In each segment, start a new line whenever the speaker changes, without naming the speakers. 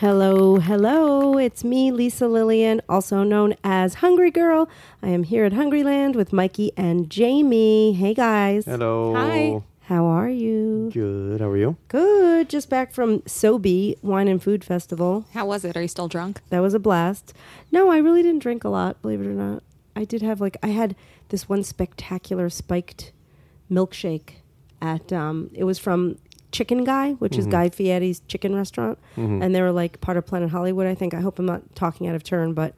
Hello, hello. It's me, Lisa Lillian, also known as Hungry Girl. I am here at Hungryland with Mikey and Jamie. Hey, guys.
Hello.
Hi.
How are you?
Good. How are you?
Good. Just back from Sobe Wine and Food Festival.
How was it? Are you still drunk?
That was a blast. No, I really didn't drink a lot, believe it or not. I did have like I had this one spectacular spiked milkshake at um it was from Chicken Guy, which is Guy Fieri's chicken restaurant, and they were like part of Planet Hollywood, I think. I hope I'm not talking out of turn, but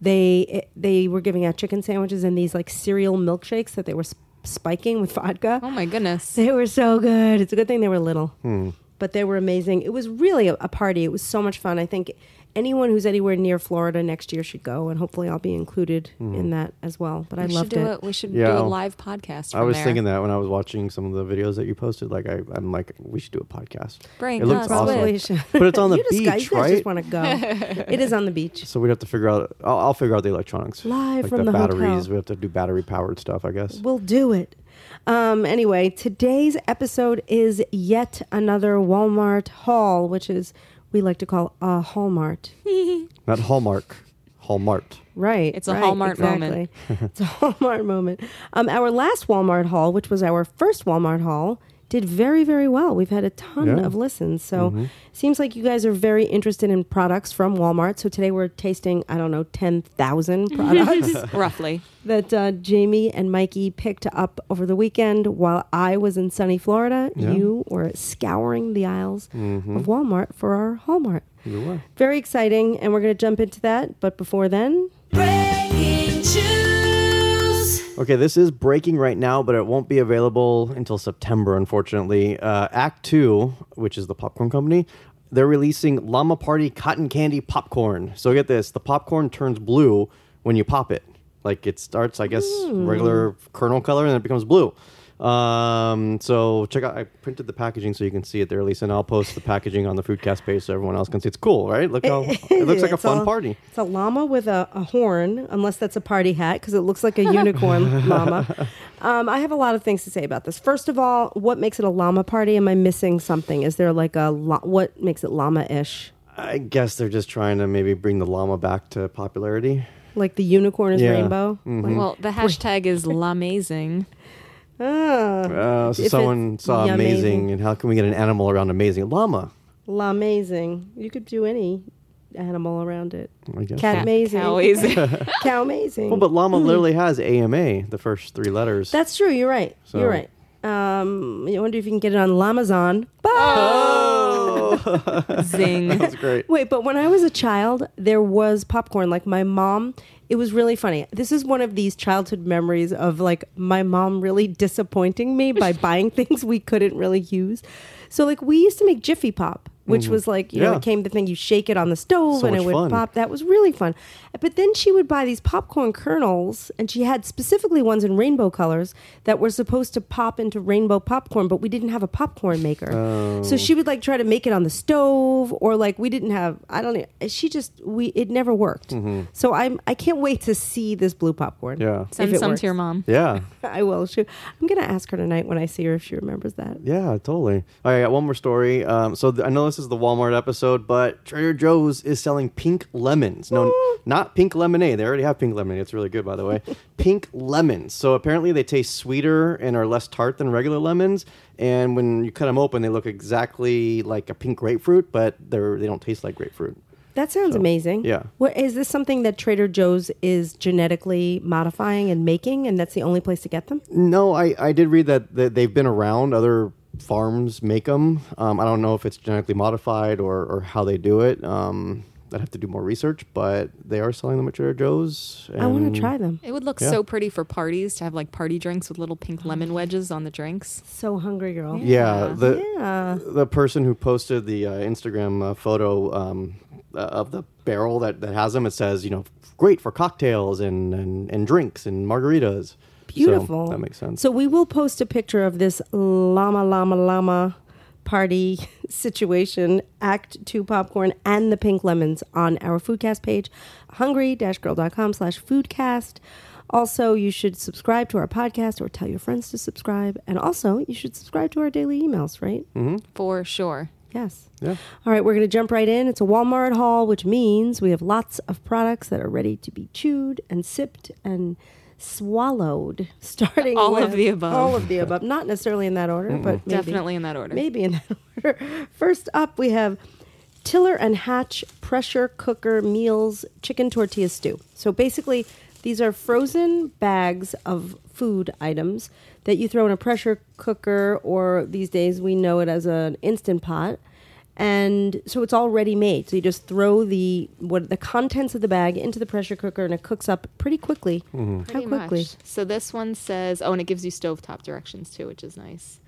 they it- they were giving out chicken sandwiches and these like cereal milkshakes that they were sp- spiking with vodka.
Oh my goodness.
They were so good. It's a good thing they were little.
Hmm.
But they were amazing. It was really a, a party. It was so much fun. I think anyone who's anywhere near Florida next year should go, and hopefully I'll be included
Hmm.
in that as well. But I
we should
loved
do
it.
A, we should
Yeah.
do a live podcast.
I was thinking that when I was watching some of the videos that you posted. Like, I, I'm like, we should do a podcast.
Bring
it looks
us
awesome.
Probably should.
But it's on the
you just, got-
beach,
you guys
right?
just want to go. it is on the beach.
So we'd have to figure out. I'll, I'll figure out the electronics.
Live
like
from the hotel.
batteries. We have to do battery powered stuff, I guess.
We'll do it. Um, anyway, today's episode is yet another Walmart haul, which is we like to call a Hallmart.
Not Hallmark. Hallmart.
Right.
It's a
right,
Hallmark
exactly.
moment.
it's a Hallmark moment. Um, our last Walmart haul, which was our first Walmart haul, did very, very well. We've had a ton
Yeah. Mm-hmm.
of listens. So seems like you guys are very interested in products from Walmart. So today we're tasting, I don't know, 10,000 products
Roughly.
that uh, Jamie and Mikey picked up over the weekend while I was in sunny Florida.
Yeah. Mm-hmm.
You were scouring the aisles of Walmart for our Hallmark.
You were.
Very exciting, and we're going to jump into that. But before then,
Breaking news.
Okay, this is breaking right now, but it won't be available until September, unfortunately. Uh, Act Two, which is the popcorn company, they're releasing Llama Party cotton candy popcorn. So get this: the popcorn turns blue when you pop it. Like it starts, I guess,
Hmm.
regular kernel color, and then it becomes blue. Um, so check out. I printed the packaging so you can see it there, Lisa, and I'll post the packaging on the Foodcast page so everyone else can see. It's cool, right? Look how it looks like a
It's
fun
all-
party.
It's a llama with a, a horn, unless that's a party hat, because it looks like a unicorn llama. Um, I have a lot of things to say about this. First of all, what makes it a llama party? Am I missing something? Is there like a lo- what makes it llama ish?
I guess they're just trying to maybe bring the llama back to popularity.
Like the unicorn is
Yeah. Mm.
rainbow?
Mm-hmm.
Like,
Well, the hashtag is lamazing.
ah,
Uh, so
If
someone
it's
saw
yummy.
amazing, and how can we get an animal around amazing? Llama.
lamazing. You could do any animal around it.
I guess.
Cat amazing.
Cowazing.
Cow amazing.
Well, but llama literally has AMA, the first three letters.
that's true. You're right.
So-
You're right. Um, I wonder if you can get it on Lamazon. Bye.
Oh.
Zing.
That's great.
Wait, but when I was a child, there was popcorn. Like my mom, it was really funny. This is one of these childhood memories of like my mom really disappointing me by buying things we couldn't really use. So like we used to make Jiffy Pop, which was like, you know,
Mm-hmm. Yeah.
it came the thing you shake it on the stove
So
and it
much
would
fun.
pop. That was really fun. But then she would buy these popcorn kernels and she had specifically ones in rainbow colors that were supposed to pop into rainbow popcorn, but we didn't have a popcorn maker. So she would like try to make it on the stove or like we didn't have I don't know. She just we it never worked. So I'm I can't wait to see this blue popcorn.
Yeah.
If
Send
it
some
works.
to your mom.
Yeah.
I will. She, I'm gonna ask her tonight when I see her if she remembers that.
Yeah, totally. All right, I got one more story. Um, so th- I know this is the Walmart episode, but Trader Joe's is selling pink lemons. No, not pink lemonade. They already have pink lemonade. It's really good, by the way. pink lemons. So apparently they taste sweeter and are less tart than regular lemons. And when you cut them open, they look exactly like a pink grapefruit, but they're they don't taste like grapefruit.
That sounds amazing.
yeah.
What is this something that Trader Joe's is genetically modifying and making, and that's the only place to get them?
No, I, I did read that, that they've been around. Other farms make them. Um, I don't know if it's genetically modified or, or how they do it. Um, I'd have to do more research, but they are selling them at Trader Joe's.
I want
and-
to try them.
It would look
Yeah.
so pretty for parties to have like party drinks with little pink lemon wedges on the drinks.
So hungry, girl.
Yeah, the
Yeah.
the person who posted the uh, Instagram uh, photo um, uh, of the barrel that, that has them, it says you know great for cocktails and and, and drinks and margaritas. So
Beautiful.
that makes sense.
So we will post a picture of this llama llama llama party situation, Act Two popcorn, and the pink lemons on our foodcast page, hungry-girl.com slash foodcast. Also, you should subscribe to our podcast or tell your friends to subscribe. And also, you should subscribe to our daily emails, right?
For sure.
Yes.
Yeah.
All right, we're going to jump right in. It's a Walmart haul, which means we have lots of products that are ready to be chewed and sipped and swallowed. Starting
All of
with-
the above.
All of the above. Not necessarily in that order, but maybe,
Definitely in that order.
Maybe in that order. First up, we have Tiller and Hatch pressure cooker meals chicken tortilla stew. So basically, these are frozen bags of food items that you throw in a pressure cooker, or these days we know it as an instant pot. And so it's all ready made. So you just throw the what the contents of the bag into the pressure cooker, and it cooks up pretty quickly.
Mm-hmm. Pretty
How quickly?
much. So this one says, oh, and it gives you stovetop directions too, which is nice.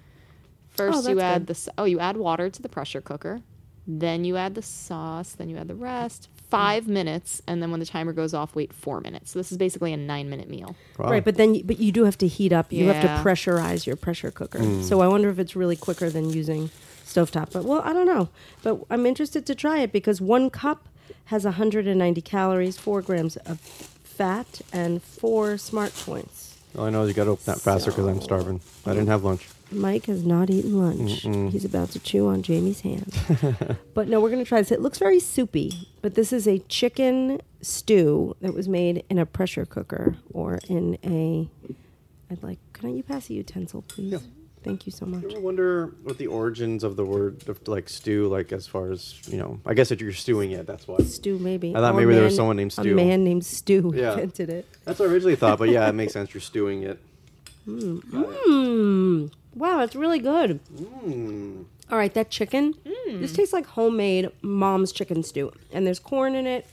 First, you
that's
add
good.
the s- oh, you add water to the pressure cooker, then you add the sauce, then you add the rest. Five minutes, and then when the timer goes off, wait four minutes. So this is basically a nine-minute meal.
Wow.
Right, but then you, but you do have to heat up. You have
Yeah.
to pressurize your pressure cooker. So I wonder if it's really quicker than using stovetop. But well, I don't know. But I'm interested to try it because one cup has 190 calories, four grams of fat, and four smart points.
All I know is you got to open that faster because I'm starving. I didn't have lunch.
Mike has not eaten lunch. He's about to chew on Jamie's hand. but no, we're going to try this. It looks very soupy, but this is a chicken stew that was made in a pressure cooker or in a. I'd like. Can I, you pass a utensil, please? Thank you so much.
I wonder what the origins of the word of like stew, like as far as you know. I guess that you're stewing it. That's why.
Stew, maybe.
I thought
Or a
maybe there was someone named
A
Stu.
man named Stew
Yeah.
invented it.
That's what I originally thought, but yeah, it makes sense. You're stewing it.
Hmm. Mmm. Wow, it's really good.
Mmm.
All right, that chicken. This tastes like homemade mom's chicken stew, and there's corn in it.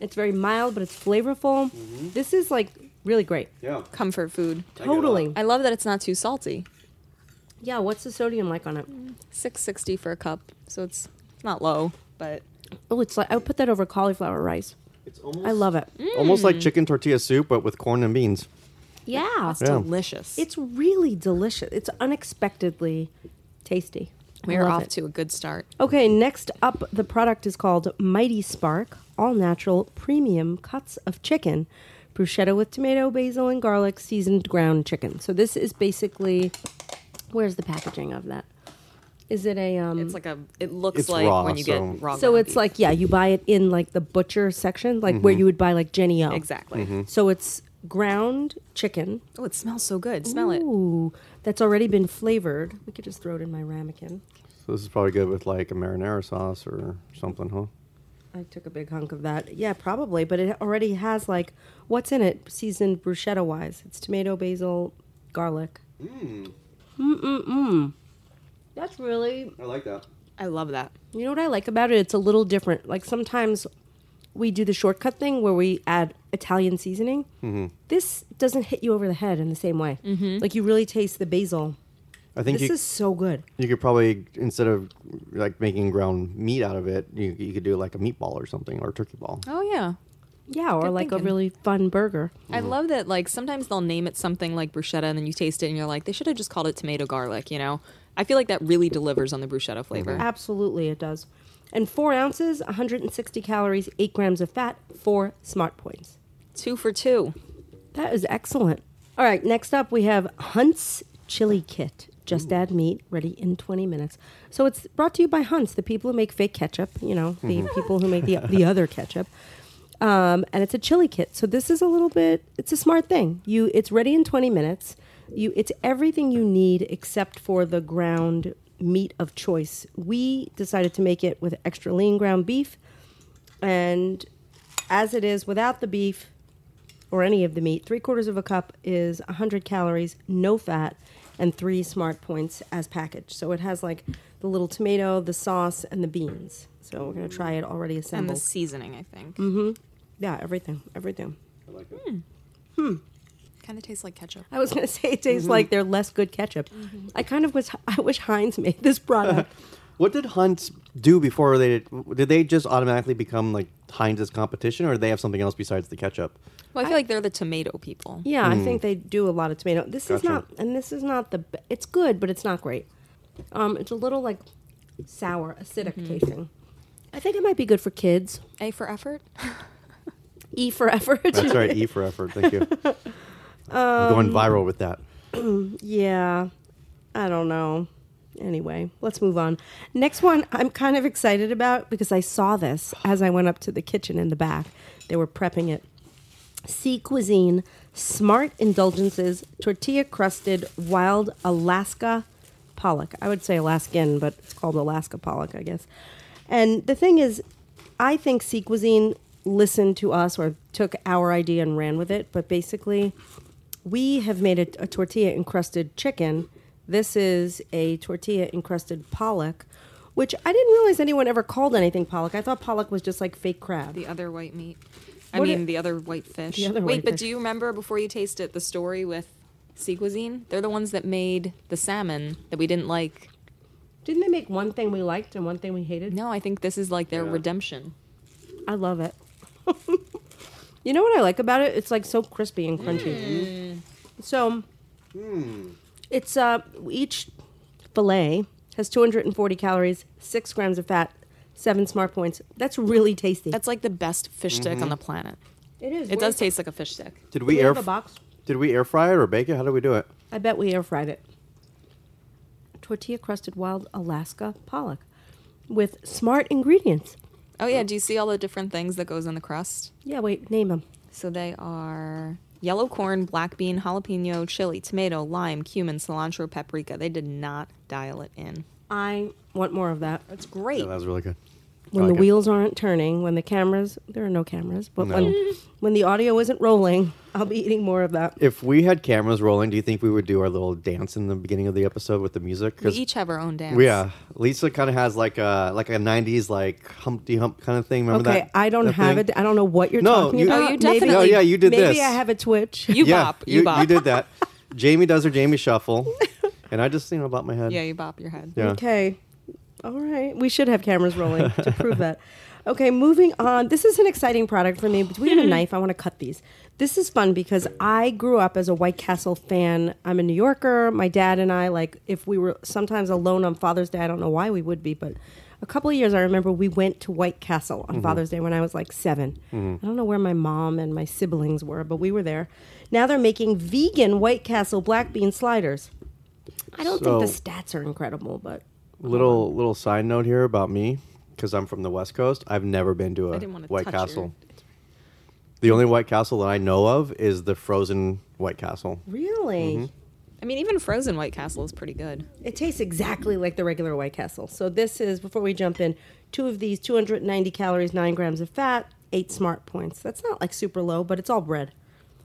It's very mild, but it's flavorful. This is like really great.
Yeah.
Comfort food.
get it.
Totally.
Mm-hmm. I love that it's not too salty.
Yeah, what's the sodium like on it?
Six sixty for a cup, so it's not low, but
Oh, it's like I would put that over cauliflower rice.
It's almost
I love it. Hmm.
almost like chicken tortilla soup, but with corn and beans.
Yeah.
it's
Yeah.
delicious.
It's really delicious. It's unexpectedly tasty. I
we're
love
off
it.
to a good start.
Okay, next up, the product is called Mighty Spark, all natural premium cuts of chicken, bruschetta with tomato, basil, and garlic, seasoned ground chicken. So this is basically, where's the packaging of that? Is it a? Um,
It's like a. It looks
It's
like
raw,
when you
so-
get raw.
so
ground
it's
beef.
like yeah, you buy it in like the butcher section, like where you would buy like Jenny O.
exactly.
Mm-hmm.
So it's ground chicken.
Oh, it smells so good. Smell it.
Ooh, that's already been flavored. We could just throw it in my ramekin.
So this is probably good with like a marinara sauce or something, huh?
I took a big hunk of that. Yeah, probably, but it already has like what's in it seasoned bruschetta wise. It's tomato, basil, garlic. Mm. Mm mm mm. That's really
I like that.
I love that.
you know what I like about it? It's a little different. Like sometimes we do the shortcut thing where we add Italian seasoning. Mm-hmm. This doesn't hit you over the head in the same way. Mm-hmm. Like you really taste the basil.
I think
This
you,
is so good.
you could probably instead of like making ground meat out of it, you, you could do like a meatball or something or a turkey ball.
Oh yeah.
Yeah, or
Good
like a
thinking.
really fun burger.
I love that. Like sometimes they'll name it something like bruschetta, and then you taste it, and you're like, they should have just called it tomato garlic. You know, I feel like that really delivers on the bruschetta flavor.
Mm-hmm. Absolutely, it does. And four ounces, 160 calories, eight grams of fat, four smart points.
Two for two.
That is excellent. All right, next up we have Hunt's Chili Kit. Just add meat, ready in 20 minutes. So it's brought to you by Hunt's, the people who make fake ketchup, you know, the people who make the, the other ketchup. Um, and it's a chili kit. So this is a little bit, it's a smart thing. You, It's ready in 20 minutes. You, It's everything you need except for the ground meat of choice. We decided to make it with extra lean ground beef. And as it is without the beef, or any of the meat. Three quarters of a cup is 100 calories, no fat, and three smart points as packaged. So it has like the little tomato, the sauce, and the beans. So we're gonna try it already
And the
assembled.
seasoning, I think,
Mm-hmm. yeah, everything, everything.
I like that.
kind of tastes like ketchup.
I was gonna say it tastes like they're less good ketchup. I kind of wish I wish Heinz made this product.
What did Hunt's do before they did? Did they just automatically become like Heinz's competition, or did they have something else besides the ketchup?
Well, I feel like they're the tomato people.
yeah, I think they do a lot of tomato. This is
Gotcha.
not, and this is not the. b- It's good, but it's not great. Um, it's a little like sour, acidic tasting. I think it might be good for kids.
A for effort.
E for effort.
That's right, E for effort. Thank you.
Um,
I'm going viral with that.
Yeah, I don't know. Anyway, let's move on. Next one I'm kind of excited about because I saw this as I went up to the kitchen in the back. They were prepping it. Sea Cuisine Smart Indulgences Tortilla Crusted Wild Alaska Pollock. I would say Alaskan, but it's called Alaska Pollock, I guess. And the thing is, I think Sea Cuisine listened to us or took our idea and ran with it, but basically, we have made a, a tortilla encrusted chicken. This is a tortilla encrusted pollock, which I didn't realize anyone ever called anything pollock. I thought pollock was just like fake crab.
The other white meat. I
What
mean,
it-
the other white fish.
The other
Wait,
white
but
fish.
do you remember before you taste it the story with Sea Cuisine? They're the ones that made the salmon that we didn't like.
Didn't they make one thing we liked and one thing we hated?
No, I think this is like their
Yeah.
redemption.
I love it. you know what I like about it? It's like so crispy and crunchy. Mm. So
Hmm.
it's uh each fillet has 240 calories, six grams of fat, seven smart points. That's really tasty.
That's like the best fish stick
Mm-hmm.
on the planet.
it is.
It does taste like a fish stick.
Did
We
we, air
have a
f-
box.
Did we air fry it or bake it? How did we do it?
I bet we air fried it. Tortilla crusted wild Alaska pollock with smart ingredients.
Oh yeah, do you see all the different things that goes in the crust?
Yeah, wait, name them.
So they are yellow corn, black bean, jalapeno, chili, tomato, lime, cumin, cilantro, paprika. They did not dial it in.
I want more of that.
That's great.
Yeah, that was really good.
when
I
the
like it.
wheels aren't turning, when the cameras there are no cameras, but when
No.
when the audio isn't rolling, I'll be eating more of that.
If we had cameras rolling, do you think we would do our little dance in the beginning of the episode with the music?
we each have our own dance.
yeah, Lisa kind of has like a like a '90s like Humpty Hump kind of thing. Remember
okay,
that?
I don't
that
have
thing?
it. I don't know what you're
No,
talking
you-
about.
Oh,
you
Maybe-
definitely-
No, yeah, you did
maybe
this.
I have a twitch.
You
yeah,
bop. You, bop.
did that. Jamie does her Jamie shuffle, and I just you know bop my head.
yeah, you bop your head.
Yeah.
Okay. All right. We should have cameras rolling to prove that. Okay, moving on. This is an exciting product for me. Between a knife, I want to cut these. This is fun because I grew up as a White Castle fan. I'm a New Yorker. My dad and I, like, if we were sometimes alone on Father's Day, I don't know why we would be, but a couple of years I remember we went to White Castle
Mm-hmm.
on Father's Day when I was like 7 I don't know where my mom and my siblings were, but we were there. Now they're making vegan White Castle black bean sliders. I don't think
So-
the stats are incredible, but
Little little side note here about me because I'm from the West Coast. I've never been to a
didn't wanna
White
touch
Castle.
your-
The only White Castle that I know of is the frozen White Castle.
Really?
I mean, even frozen White Castle is pretty good.
It tastes exactly like the regular White Castle. So this is before we jump in, two of these 290 calories, 9 grams of fat, 8 smart points. That's not like super low, but it's all bread.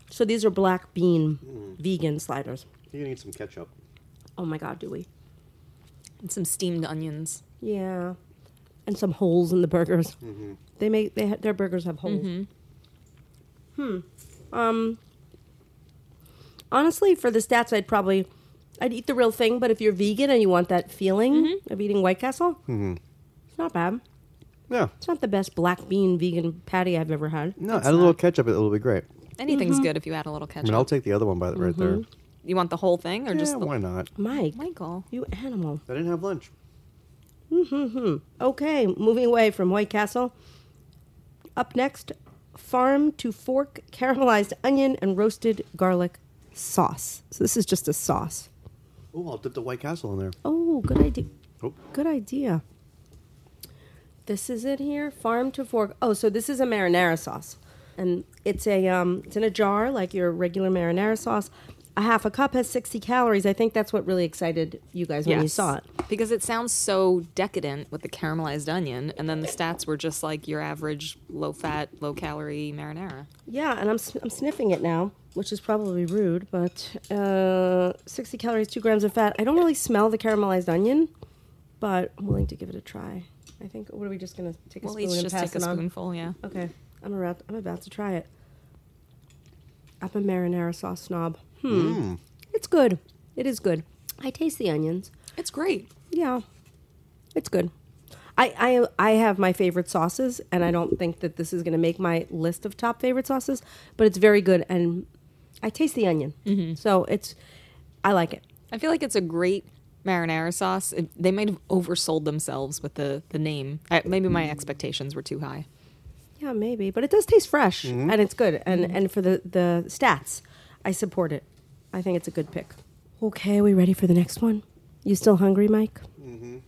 So these are black bean vegan sliders.
You need some ketchup.
Oh my god, do we?
And some steamed onions.
Yeah. And some holes in the burgers. They make they ha- their burgers have holes. Hmm. Um Honestly, for the stats I'd probably I'd eat the real thing, but if you're vegan and you want that feeling of eating White Castle, it's not bad.
Yeah.
It's not the best black bean vegan patty I've ever had.
No, add a little ketchup. It'll be great.
Anything's good if you add a little
Mm-hmm. I
ketchup.
mean, I'll take the other one by the, right there.
You want the whole thing or just
yeah,
the
why not?
Mike,
Michael?
you animal.
I didn't have lunch.
Okay, moving away from White Castle. Up next, farm to fork caramelized onion and roasted garlic sauce. So this is just a sauce.
Oh, I'll dip the White Castle in there.
Oh, good idea.
Oh.
Good idea. This is it here, farm to fork. Oh, so this is a marinara sauce, and it's a um, it's in a jar like your regular marinara sauce. A half a cup has sixty calories. I think that's what really excited you guys when you saw it.
Because it sounds so decadent with the caramelized onion, and then the stats were just like your average low fat, low calorie marinara.
Yeah, and I'm, s- I'm sniffing it now, which is probably rude, but uh, 60 calories, 2 grams of fat. I don't really smell the caramelized onion, but I'm willing to give it a try. I think, what are we just going to take a
We'll
spoon
each
and
just
pass
take a
it on?
spoonful, yeah.
Okay, I'm about, I'm about to try it. I'm a marinara sauce snob. Hmm. It's good. It is good. I taste the onions.
It's great.
Yeah, it's good. I, I I have my favorite sauces, and I don't think that this is going to make my list of top favorite sauces, but it's very good, and I taste the onion, so it's I like it.
I feel like it's a great marinara sauce. It, they might have oversold themselves with the, the name. I, maybe my
Mm.
expectations were too high.
Yeah, maybe, but it does taste fresh,
Mm-hmm.
and it's good, and and for the the stats, I support it. I think it's a good pick. Okay, are we ready for the next one? You still hungry, Mike?
Mm-hmm.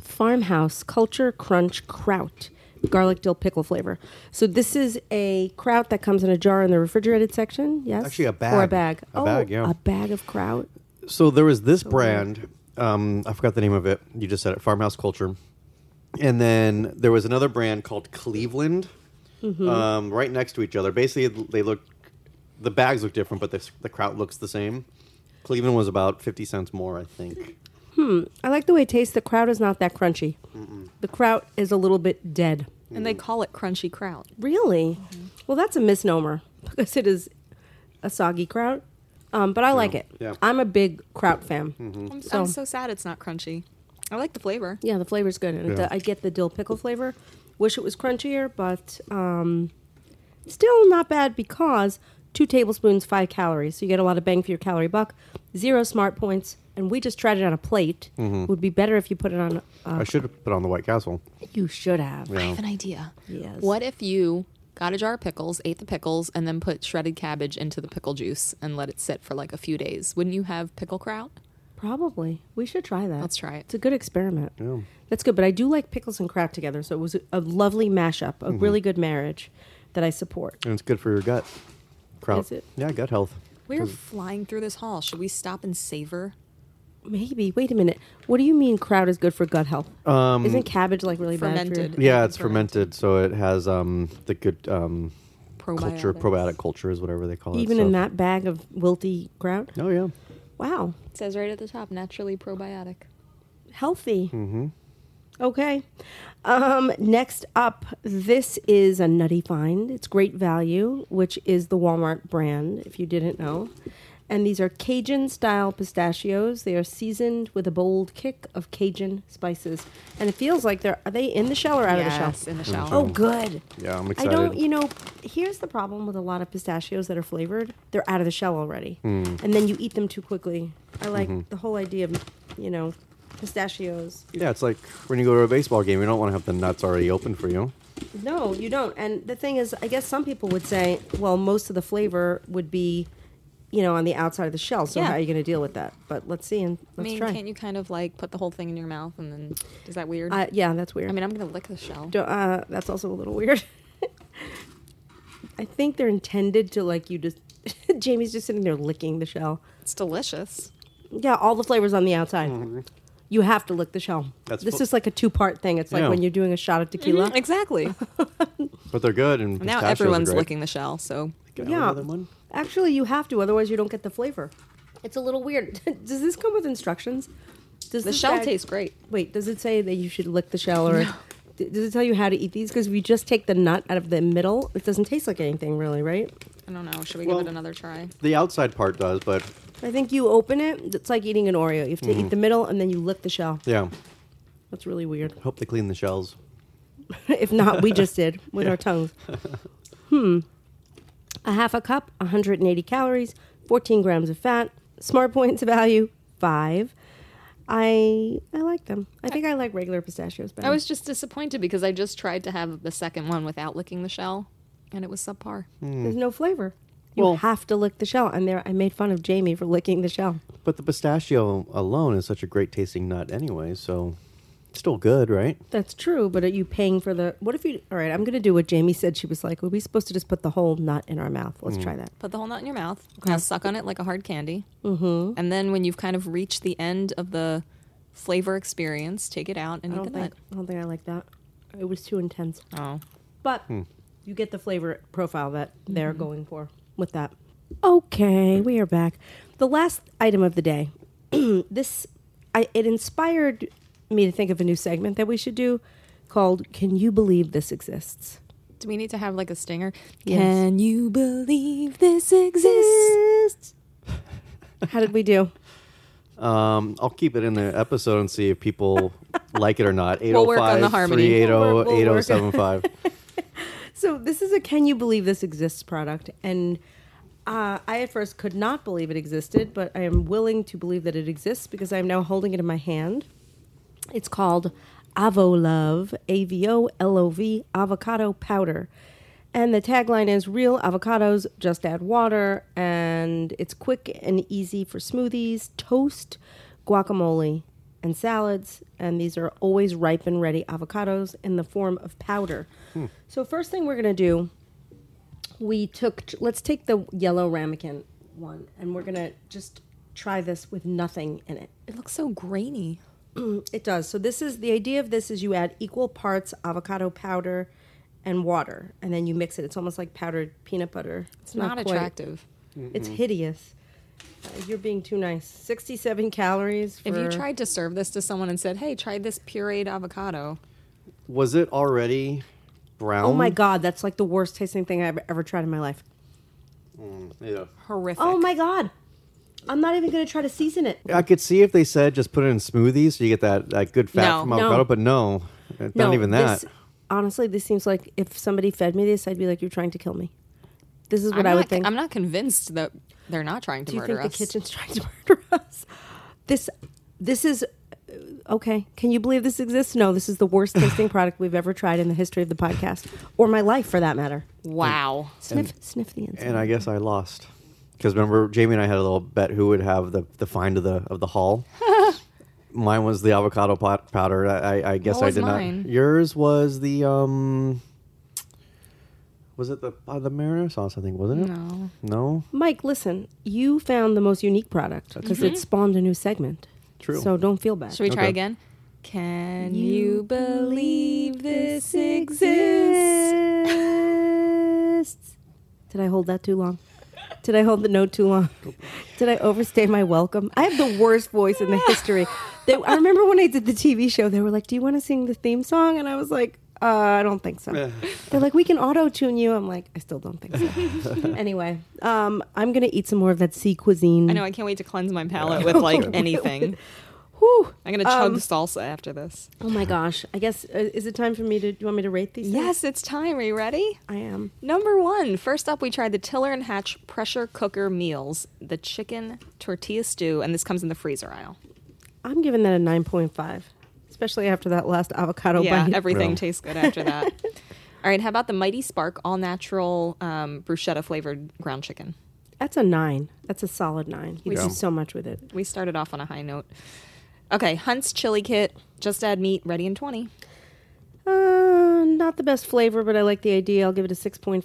Farmhouse Culture Crunch Kraut, garlic dill pickle flavor. So this is a kraut that comes in a jar in the refrigerated section. Yes,
Actually, a
or a
bag.
bag.
A
oh,
bag, yeah.
a bag of kraut.
So there was this brand. Um, I forgot the name of it. You just said it. Farmhouse Culture. And then there was another brand called Cleveland,
Mm-hmm.
um, right next to each other. Basically, they look, the bags look different, but the, the kraut looks the same. Cleveland was about fifty cents more, I think.
I like the way it tastes. The kraut is not that crunchy. The kraut is a little bit dead.
And they call it crunchy kraut.
Really? Well, that's a misnomer because it is a soggy kraut. Um, but I like it.
yeah. Mm-hmm.
I'm a big kraut fan.
I'm, so.
So-
I'm so sad it's not crunchy. I like the flavor.
Yeah, the flavor's good, and it
Yeah.
do- I get the dill pickle flavor. Wish it was crunchier, but um, still not bad because two tablespoons, five calories. So you get a lot of bang for your calorie buck. Zero smart points, and we just tried it on a plate.
Mm-hmm.
Would be better if you put it on. Uh,
I should have put on the White Castle.
you should have.
I have an idea.
Yes.
What if you got a jar of pickles, ate the pickles, and then put shredded cabbage into the pickle juice and let it sit for like a few days? Wouldn't you have pickle kraut?
Probably. We should try that.
Let's try it.
It's a good experiment. That's good, but I do like pickles and kraut together, so it was a, a lovely mashup, a really good marriage that I support.
And it's good for your gut. Kraut.
Is it?
Yeah, gut health.
We're flying through this hall. Should we stop and savor?
Maybe. Wait a minute. What do you mean kraut is good for gut health? Um, Isn't cabbage like really bad for your-
Fermented.
Yeah, it's fermented, so it has um, the good um, culture,
Probiotics.
probiotic culture is whatever they call it.
Even
so-
in that bag of wilty kraut?
Oh, yeah.
Wow.
It says right at the top, naturally probiotic.
Healthy. Mm-hmm. Okay. Um, next up, this is a nutty find. It's Great Value, which is the Walmart brand, if you didn't know. And these are Cajun style pistachios. They are seasoned with a bold kick of Cajun spices. And it feels like they're, are they in the shell or out of the
Yes,
shell?
in the shell.
Oh, good.
Yeah, I'm
I
excited.
don't, you know, here's the problem with a lot of pistachios that are flavored. They're out of the shell already.
Hmm.
And then you eat them too quickly. I like
Mm-hmm.
the whole idea of, you know, pistachios.
Yeah, it's like when you go to a baseball game, you don't want to have the nuts already open for you.
No, you don't. And the thing is, I guess some people would say, well, most of the flavor would be, you know, on the outside of the shell. So
Yeah.
how are you going to deal with that? But let's see and
I
let's
mean,
try.
can't you kind of like put the whole thing in your mouth and then is that weird?
uh, yeah, that's weird.
I mean, I'm gonna lick the shell.
Don't- uh, that's also a little weird. I think they're intended to like you just. Jamie's just sitting there licking the shell.
It's delicious.
Yeah, all the flavors on the outside. You have to lick the shell.
Mm-hmm. That's
this
fu-
is like a two part thing. It's like
Yeah.
when you're doing a shot of tequila.
Exactly.
But they're good, and
now
pistachios are
everyone's
great.
licking the shell, so
Can I have
Yeah.
another one?
Actually, you have to, otherwise, you don't get the flavor. It's a little weird. does this come with instructions? Does
the
this
shell
bag-
tastes great.
Wait, does it say that you should lick the shell or. D- Does it tell you how to eat these? Because if you just take the nut out of the middle, it doesn't taste like anything, really, right?
I don't know. Should we
Well-
give it another try?
The outside part does, but
I think you open it. It's like eating an Oreo. You have to
Mm-hmm.
eat the middle and then you lick the shell.
yeah,
That's really weird.
hope they clean the shells.
if not, we just did with our tongues. Hmm. A half a cup, 180 calories, 14 grams of fat. Smart points value five. I I like them. I think I like regular pistachios better.
I was just disappointed because I just tried to have the second one without licking the shell, and it was subpar.
There's no flavor. You
Well-
have to lick the shell. And there, I made fun of Jamie for licking the shell.
But the pistachio alone is such a great tasting nut, anyway. So it's still good, right?
That's true, but are you paying for the? What if you? All right, I'm going to do what Jamie said. She was like, "Are we supposed to just put the whole nut in our mouth?" Let's try that.
Put the whole nut in your mouth. Now suck on it like a hard candy. Mm-hmm. And then when you've kind of reached the end of the flavor experience, take it out and
I
eat
don't
the
think.
nut.
I don't think I like that. It was too intense.
Oh,
But you get the flavor profile that they're going for with that. Mm-hmm. Okay, we are back. The last item of the day. this I, it inspired me to think of a new segment that we should do called "Can You Believe This Exists?"
do we need to have like a stinger?
Yes.
Can you believe this exists?
How did we do?
Um, I'll keep it in the episode and see if people like it or not.
We'll work on the
805
harmony.
380
We'll work- we'll work-
8075.
So this is a "Can you believe this exists?" product, and uh, I at first could not believe it existed, but I am willing to believe that it exists because I am now holding it in my hand. It's called Avolove, A V O L O V, avocado powder. And the tagline is real avocados, just add water. And it's quick and easy for smoothies, toast guacamole, and salads. And these are always ripe and ready avocados in the form of powder. So, first thing we're going to do, we took, let's take the yellow ramekin one, and we're going to just try this with nothing in it.
It looks so grainy.
It does. So this is the idea of this is you add equal parts avocado powder and water, and then you mix it. It's almost like powdered peanut butter.
It's not,
quite-
attractive.
It's hideous. Uh, you're being too nice. Sixty-seven calories. For,
If you tried to serve this to someone and said, "Hey, try this pureed avocado,"
Was it already brown?
oh my god, that's like the worst tasting thing I've ever tried in my life.
Yeah.
horrific.
Oh my god, I'm not even gonna try to season it.
I could see if they said just put it in smoothies so you get that, that good fat
No.
from
No.
avocado, but no, it's not even that.
this- honestly, this seems like if somebody fed me this, I'd be like, "You're trying to kill me." This is what
I'm
I
not,
would think.
I'm not convinced that they're not trying to
Do you
murder
think
us.
the kitchen's trying to murder us? This, this is uh, okay. Can you believe this exists? No, this is the worst tasting product we've ever tried in the history of the podcast or my life, for that matter.
Wow.
Sniff, sniff the inside.
and I guess I lost because remember Jamie and I had a little bet who would have the, the find of the of the haul. mine was the avocado pot powder. I, I, I guess
What
I
was
did
mine?
not. Yours was the um. Was it the uh, the marinara sauce? I think wasn't it?
No.
No.
Mike, listen, you found the most unique product because it spawned a new segment.
Mm-hmm. True.
So don't feel bad.
Should we try
Okay.
again? Can you believe this exists?
Did I hold that too long? Did I hold the note too long? Did I overstay my welcome? I have the worst voice in the history. They, I remember when I did the TV show, they were like, Do you want to sing the theme song? And I was like, uh, I don't think so. They're like, We can auto tune you. I'm like, I still don't think so. anyway, um, I'm going to eat some more of that sea cuisine.
I know. I can't wait to cleanse my palate with like anything.
Whew.
I'm gonna chug salsa after this.
Oh my gosh. I guess, uh, is it time for me to, do you want me to rate these? things?
Yes, it's time. Are you ready?
I am.
Number one, first up, we tried the Tiller and Hatch pressure cooker meals, the chicken tortilla stew, and this comes in the freezer aisle.
I'm giving that a 9.5, especially after that last avocado
yeah,
bite.
everything
Yeah.
tastes good after that. all right, how about the Mighty Spark all natural um, bruschetta flavored ground chicken?
That's a nine. That's a solid nine. You
Yeah.
do so much with it.
We started off on a high note. Okay, Hunt's chili kit, just add meat, ready in 20.
Uh, not the best flavor, but I like the idea. I'll give it a 6.5.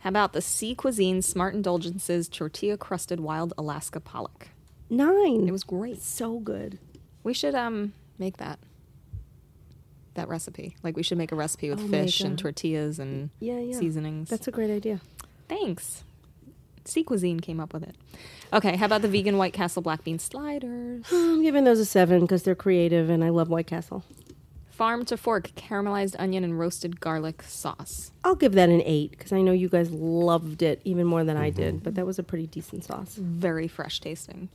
How about the Sea Cuisine Smart Indulgences tortilla crusted wild Alaska pollock?
Nine.
It was great.
so good.
We should um make that that recipe. Like we should make a recipe with
Oh my
fish and
God.
tortillas and
Yeah, yeah.
seasonings.
That's a great idea.
Thanks. Sea Cuisine came up with it. Okay, how about the vegan White Castle black bean sliders?
I'm giving those a seven because they're creative and I love White Castle.
Farm to fork caramelized onion and roasted garlic sauce.
I'll give that an eight because I know you guys loved it even more than I
Mm-hmm.
did, but that was a pretty decent sauce.
Very fresh tasting.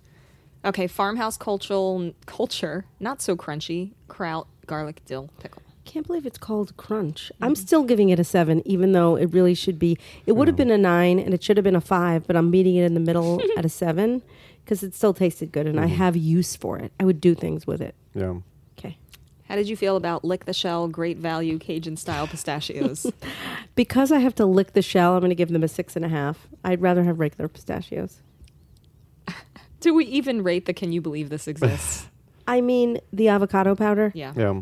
Okay, farmhouse cultural culture, not so crunchy, kraut, garlic, dill, pickle.
Can't believe it's called Crunch. I'm still giving it a seven, even though it really should be. It would have been a nine and it should have been a five, but I'm meeting it in the middle at a seven because it still tasted good and I have use for it. I would do things with it.
Yeah.
Okay.
How did you feel about lick the shell, great value Cajun style pistachios?
Because I have to lick the shell, I'm going to give them a six and a half. I'd rather have regular pistachios.
Do we even rate the can you believe this exists?
I mean, the avocado powder,
Yeah.
Yeah.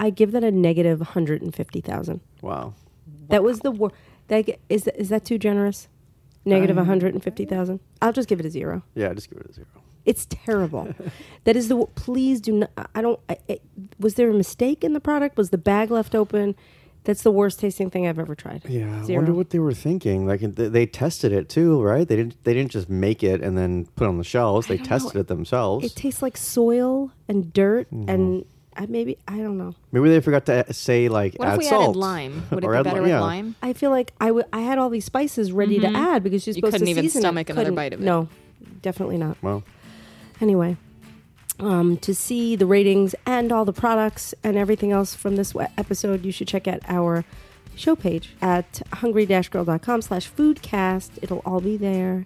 I give that a negative 150,000.
Wow.
That was the worst. Is, is that too generous? Negative 150,000? I'll just give it a zero.
Yeah. Just give it a zero.
It's terrible. that is the. w- Please do not. I don't. I, it, was there a mistake in the product? Was the bag left open? That's the worst tasting thing I've ever tried.
Yeah. I
Zero.
wonder what they were thinking. Like th- they tested it too, right? They didn't. They didn't just make it and then put it on the shelves. They
don't
tested
know.
it themselves.
It tastes like soil and dirt
Mm-hmm.
and I maybe I don't know.
Maybe they forgot to uh, say like
What
add
if we
salt
added lime? Would it
Or
be
add
better
li-
with
yeah.
lime?
I feel like I w- I had all these spices ready to add because you're
Mm-hmm. You
supposed
couldn't
to
even
season it.
stomach another
Couldn't-
bite of it.
No, definitely not.
Well,
Anyway, um, to see the ratings and all the products and everything else from this we- episode, you should check out our show page at hungry-girl.com slash foodcast. It'll all be there.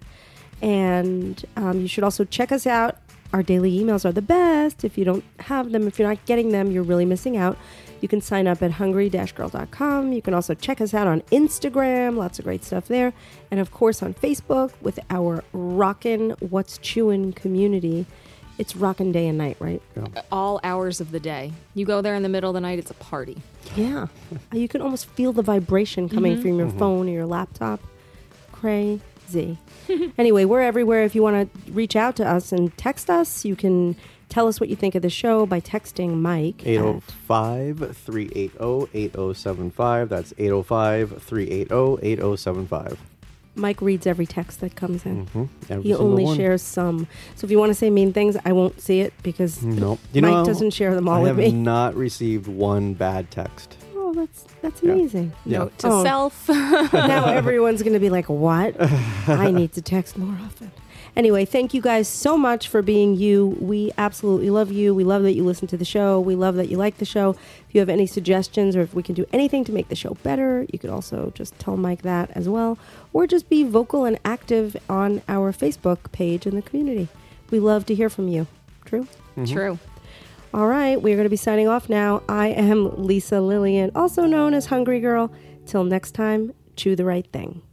And um, you should also check us out. Our daily emails are the best. If you don't have them, if you're not getting them, you're really missing out. You can sign up at hungry-girl.com. You can also check us out on Instagram. Lots of great stuff there. And of course on Facebook with our rockin' what's chewin' community. It's rockin' day and night, right?
all hours of the day. You go there in the middle of the night, it's a party.
Yeah. Uh, you can almost feel the vibration coming
Mm-hmm.
from your
Mm-hmm.
phone or your laptop. Crazy. anyway, we're everywhere. If you want to reach out to us and text us, you can tell us what you think of the show by texting Mike. at-
805 380 8075. That's 805 380 8075.
Mike reads every text that comes in.
Mm-hmm. Every
He
single
only
one.
shares some. So if you want to say mean things, I won't see it because
Nope.
Mike doesn't share them all
I
with
have
me.
not received one bad text.
Oh, that's that's
Yeah.
amazing.
Yeah.
Note to
Oh.
self.
now everyone's going to be like, "What? I need to text more often." Anyway, thank you guys so much for being you. We absolutely love you. We love that you listen to the show. We love that you like the show. If you have any suggestions or if we can do anything to make the show better, you could also just tell Mike that as well or just be vocal and active on our Facebook page in the community. We love to hear from you. True?
Mm-hmm.
True.
All right, we're going to be signing off now. I am Lisa Lillian, also known as Hungry Girl. Till next time, chew the right thing.